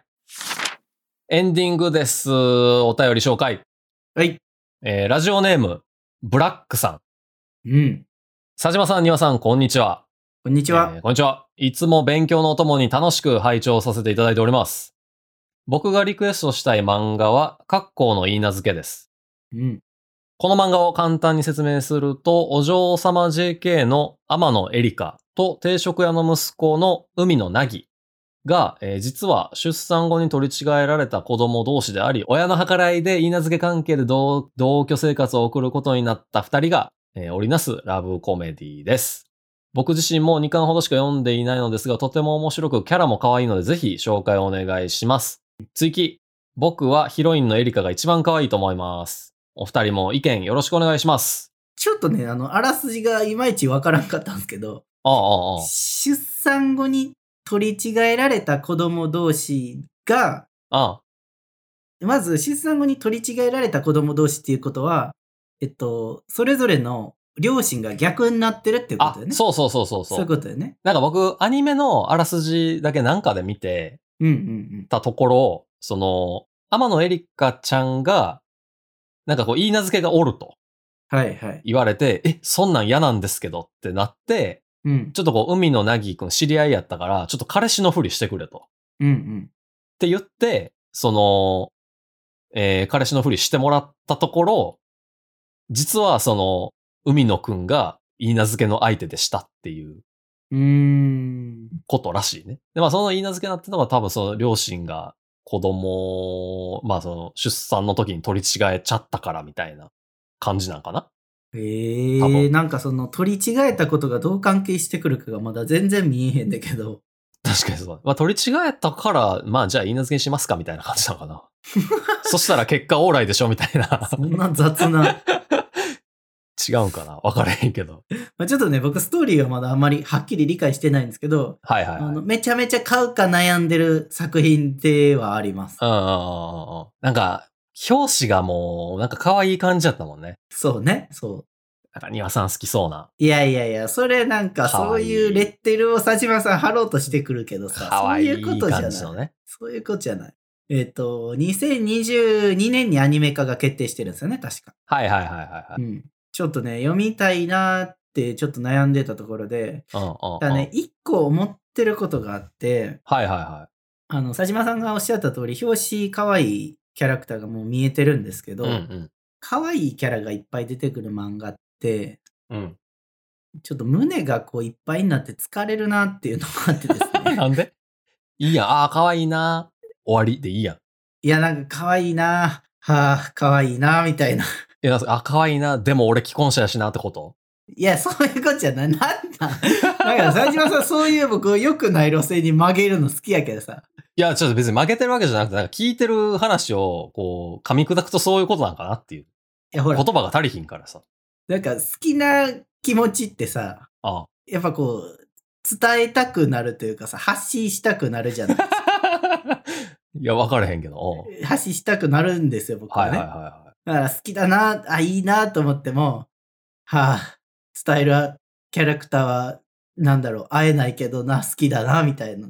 S2: エンディングです。お便り紹介。
S1: はい。
S2: えーラジオネーム、ブラックさん。
S1: うん。
S2: 佐島さん、庭さん、こんにちは。
S1: こんに
S2: こんに
S1: ちは。
S2: こんにちは。いつも勉強のお供に楽しく拝聴させていただいております。僕がリクエストしたい漫画は、格好のいい名付けです。
S1: うん。
S2: この漫画を簡単に説明すると、お嬢様 JK の天野エリカと定食屋の息子の海野凪が、えー実は出産後に取り違えられた子供同士であり、親の計らいで言い名付け関係で同同居生活を送ることになった二人が、えー織りなすラブコメディです。僕自身も2巻ほどしか読んでいないのですが、とても面白くキャラも可愛いので、ぜひ紹介をお願いします。追記、僕はヒロインのエリカが一番可愛いと思います。お二人も意見よろしくお願いします。
S1: ちょっとね、あの、あらすじがいまいちわからんかったんですけど、
S2: ああ、ああ、あ
S1: 出産後に取り違えられた子供同士が、
S2: あ。あ
S1: まず出産後に取り違えられた子供同士っていうことは、えっと、それぞれの両親が逆になってるっていうこ
S2: あ
S1: とよね。
S2: そうそうそうそう
S1: そ
S2: そう
S1: いう
S2: う。
S1: ことよね。
S2: なんか僕、アニメのあらすじだけなんかで見て
S1: うんうん
S2: たところ、その、天野エリカちゃんが、なんかこう、言い名付けがおると
S1: うん。はいはい。
S2: 言われて、え、そんなん嫌なんですけどってなって、
S1: うん。
S2: ちょっとこう、海野なぎくん知り合いやったから、ちょっと彼氏のふりしてくれと。っ
S1: うんうん。
S2: て言って、その、えー彼氏のふりしてもらったところ、実はその、海野くんが、言い名付けの相手でしたっていう
S1: うーん。
S2: ことらしいね。で、まあその言い名付けなってのが多分その両親が子供を、まあその出産の時に取り違えちゃったからみたいな感じなんかな。
S1: ええ
S2: 多分
S1: なんかその取り違えたことがどう関係してくるかがまだ全然見えへんだけど。
S2: 確かにそう。まあ取り違えたから、まあじゃあ言い名付けにしますかみたいな感じなのか
S1: <laughs>
S2: な。そしたら結果オーライでしょみたいな。
S1: そんな雑な。
S2: <laughs> 違うんかなわからへんけど。
S1: まあちょっとね、僕ストーリーはまだあんまりはっきり理解してないんですけど、
S2: はいはい、はい。
S1: あ
S2: うんうんうんう
S1: の
S2: ん
S1: めちゃめちゃ買うか悩んでる作品ではあります。
S2: うん。なんか、表紙がもう、なんか可愛い感じだったもんね。
S1: そうね、そう。
S2: なんか、庭さん好きそうな。
S1: いやいやいや、それなんか
S2: か
S1: そ
S2: わ
S1: う
S2: いい
S1: いうレッテルを佐島さん貼ろうとしてくるけどさ、
S2: 可愛い
S1: そういうことじゃな
S2: 感
S1: い。
S2: じのね。
S1: そういうことじゃない。えっ、と、2022年にアニメ化が決定してるんですよね、確か。
S2: はいはいはいはいはい。
S1: うん、ちょっとね読みたいなーってちょっと悩んでたところで
S2: うんうんうん
S1: ただね一個思ってることがあって
S2: はいはいは
S1: あの佐島さんがおっしゃった通り表紙可愛いキャラクターがもう見えてるんですけ
S2: い。
S1: ど、
S2: うんうん。
S1: 可愛いキャラがいっぱい出てくる漫画って
S2: うん。
S1: ちょっと胸がこういっぱいになって疲れるなっていうのがあってです
S2: な
S1: ね
S2: んで <laughs> いいやん。ああ、かわいいな。終わりでいいやん。
S1: いやなんか可愛いなーはあ可愛いなーみたいな <laughs>
S2: え、なんすかあ、かわいいな。でも俺既婚者やしなってこと
S1: いやそういうことじゃないなんなんだから佐島さんそういう僕良くない路線に曲げるの好きやけどさ
S2: いや、ちょっと別に負けてるわけじゃなくて、なんか聞いてる話を、こう、噛み砕くとそういうことなんかなっていう。
S1: いやほら
S2: 言葉が足りひん
S1: <laughs>
S2: からさ。
S1: なんか好きな気持ちってさ、
S2: あ
S1: やっぱこう、伝えたくなるというかさ、発信したくなるじゃない。 <laughs>
S2: あ。いや、分からへんけど。うん
S1: 発信したくなるんですよ、僕
S2: は
S1: はいね。
S2: はいは
S1: だから好きだな、あ、いいなと思っても、はあ、伝えるキャラクターは、なんだろう、会えないけどな、好きだな、みたいな。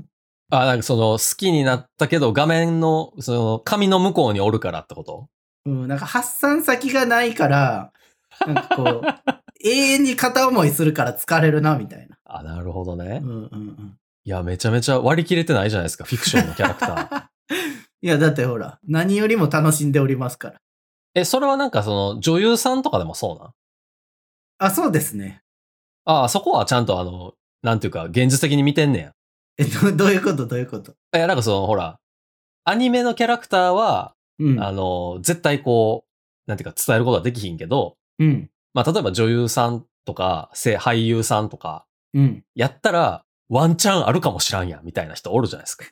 S2: あ、なんかその、好きになったけど、画面の、その、紙の向こうにおるからってこと
S1: うん、なんか発散先がないから、なんかこう、永遠に片思いするから疲れるな、みたいな。
S2: あ、なるほどね
S1: うん。うんうん。
S2: いや、めちゃめちゃ割り切れてないじゃないですか、フィクションのキャラクタ
S1: <laughs>
S2: ー。
S1: いや、だってほら、何よりも楽しんでおりますから。
S2: え、それはなんかその、女優さんとかでもそうなん
S1: あ、そうですね。
S2: ああ、そこはちゃんとあの、なんていうか、現実的に見てんねや。
S1: え、どどういうことどういうこと
S2: いや、なんかその、ほら、アニメのキャラクターは、
S1: うん。
S2: あの、絶対こう、なんていうか、伝えることはできひんけど、
S1: うん。
S2: まあ、例えば女優さんとか、せ俳優さんとか、
S1: うん。
S2: やったら、ワンチャンあるかもしらんやん、みたいな人おるじゃないですか。い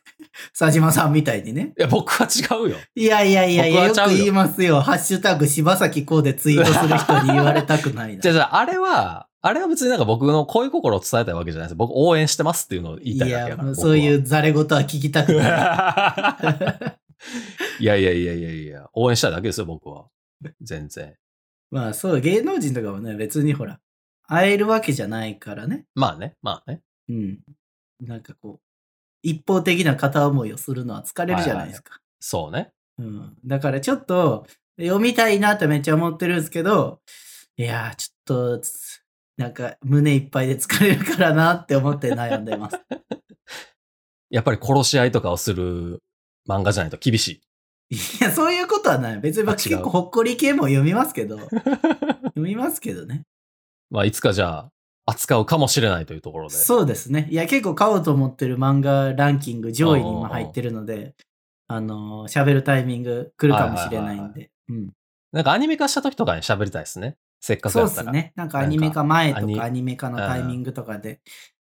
S1: 佐島さんみたいにね。
S2: や、僕は違うよ。
S1: いやいやいやいや、よ
S2: 僕
S1: く
S2: はちゃうよ
S1: 言いますよ。ハッシュタグ、柴崎こうでツイートする人に言われたく
S2: <laughs>
S1: ないな。
S2: <laughs> じゃあじゃあ、あれは、あれは別になんか僕の恋心を伝えたいわけじゃないです。僕応援してますっていうのを言いたいだけやから。
S1: もう
S2: 僕は
S1: そういうざれ言は聞きたく
S2: <laughs>
S1: ない。 <laughs>
S2: いやいやいやいやいや、応援したいだけですよ、僕は。全然。
S1: まあそう、芸能人とかもね、別にほら、会えるわけじゃないからね。
S2: まあね、まあね。
S1: うん。なんかこう、一方的な片思いをするのは疲れるじゃないですか。
S2: そうね。
S1: うん。だからちょっと、読みたいなってめっちゃ思ってるんですけど、いやー、ちょっとつ、なんか胸いっぱいで疲れるからなって思って悩んでます。
S2: やっぱり殺し合いとかをする漫画じゃないと厳し
S1: <laughs>
S2: い。
S1: いや、そういうことはない。別に僕
S2: あ違う
S1: 結構ほっこり系も読みますけど。読みますけどね。
S2: まあ、いつかじゃあ、扱うかもしれないというところで。
S1: そうですね。いや、結構買おうと思ってる漫画ランキング上位に今入ってるので、あのー、喋るタイミング来るかもしれない
S2: はい
S1: ん
S2: はい
S1: で。うん。
S2: なんかアニメ化した時とかに喋りたいですね。せっかく
S1: そう
S2: や
S1: で
S2: った
S1: す
S2: ら。
S1: ね。なんかアニメ化前と
S2: なん
S1: か
S2: か
S1: アニメ化のタイミングとかで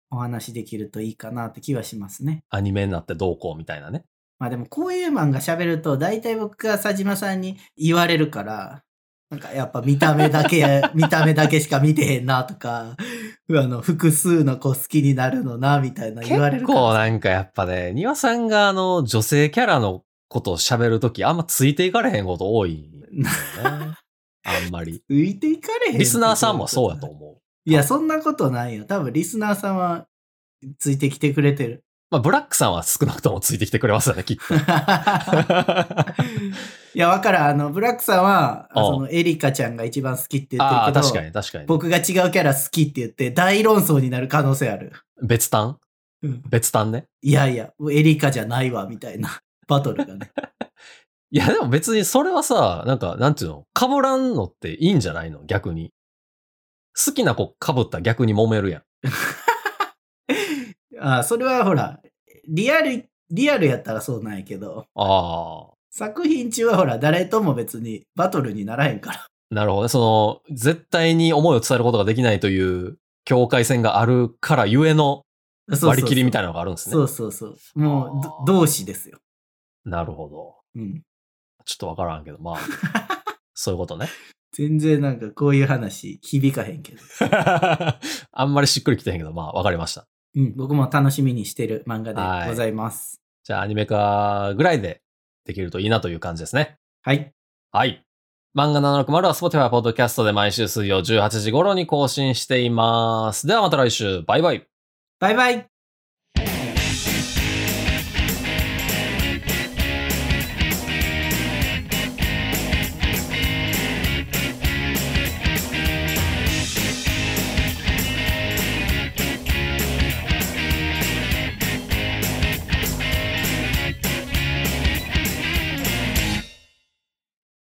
S1: お話できるといいかなって気はしますね。
S2: アニメになってどうこうみたいなね。
S1: まあでもこういう漫画喋ると大体僕が佐島さんに言われるから、なんかやっぱ見た目だ
S2: <laughs>
S1: け、見た目だけしか見てへんなとか、あの、複数の子好きになるのな、みたいな言われ
S2: 結
S1: るか
S2: 構
S1: ら。
S2: なんかやっぱね、庭さんがあの、女性キャラのことを喋るとき、あんまついていかれへんこと多いんだよ <laughs> ね。あんまり。
S1: 浮いていかれへん。
S2: リスナーさんもそうやと
S1: う。
S2: 思う。
S1: いや、そんなことないよ。多分リスナーさんはついてきてくれて
S2: <laughs>
S1: る。
S2: まあ、ブラックさんは少なくともついてきてくれますよね、 <laughs> きっと。
S1: いや、わからん。あの、ブラックさんは、
S2: うん
S1: その、エリカちゃんが一番好きって言って
S2: ああ、
S1: るけど、
S2: 確かに確かに。
S1: 僕が違うキャラ好きって言って、大論争になる可能性ある。
S2: <laughs> 別単
S1: うん
S2: 別単ね。
S1: いやいや、エリカじゃないわ、みたいな <laughs> バトルがね。
S2: いや、でも別にそれはさ、なんか、なんていうの、被らんのっていいんじゃないの逆に。好きな子被ったら逆に揉めるやん。
S1: あそれはほら、リアル、リアルやったらそうなんやけど、
S2: ああ、
S1: 作品中はほら、誰とも別にバトルにならへんから。 <laughs>
S2: なるほどね。その、絶対に思いを伝えることができないという境界線があるからゆえの割り切りみたい
S1: な。
S2: なのがあるんですね。
S1: そうそうそう。も
S2: あー
S1: う、ど同志ですよ。
S2: なるほど。
S1: うん。
S2: ちょっとわからんけど、
S1: <laughs>
S2: まあ、そういうことね。 <laughs>
S1: 全然なんかこういう話、響かへんけど。
S2: あんまりしっくりきてへんけど、まあ、わかりました。
S1: うん、僕も楽しみにしてる漫画でございます。
S2: じゃあアニメ化ぐらいでできるといいなという感じですね。
S1: はい。
S2: はい。漫画760は Spotify Podcast で毎週水曜18時頃に更新しています。ではまた来週。バイバイ。
S1: バイバイ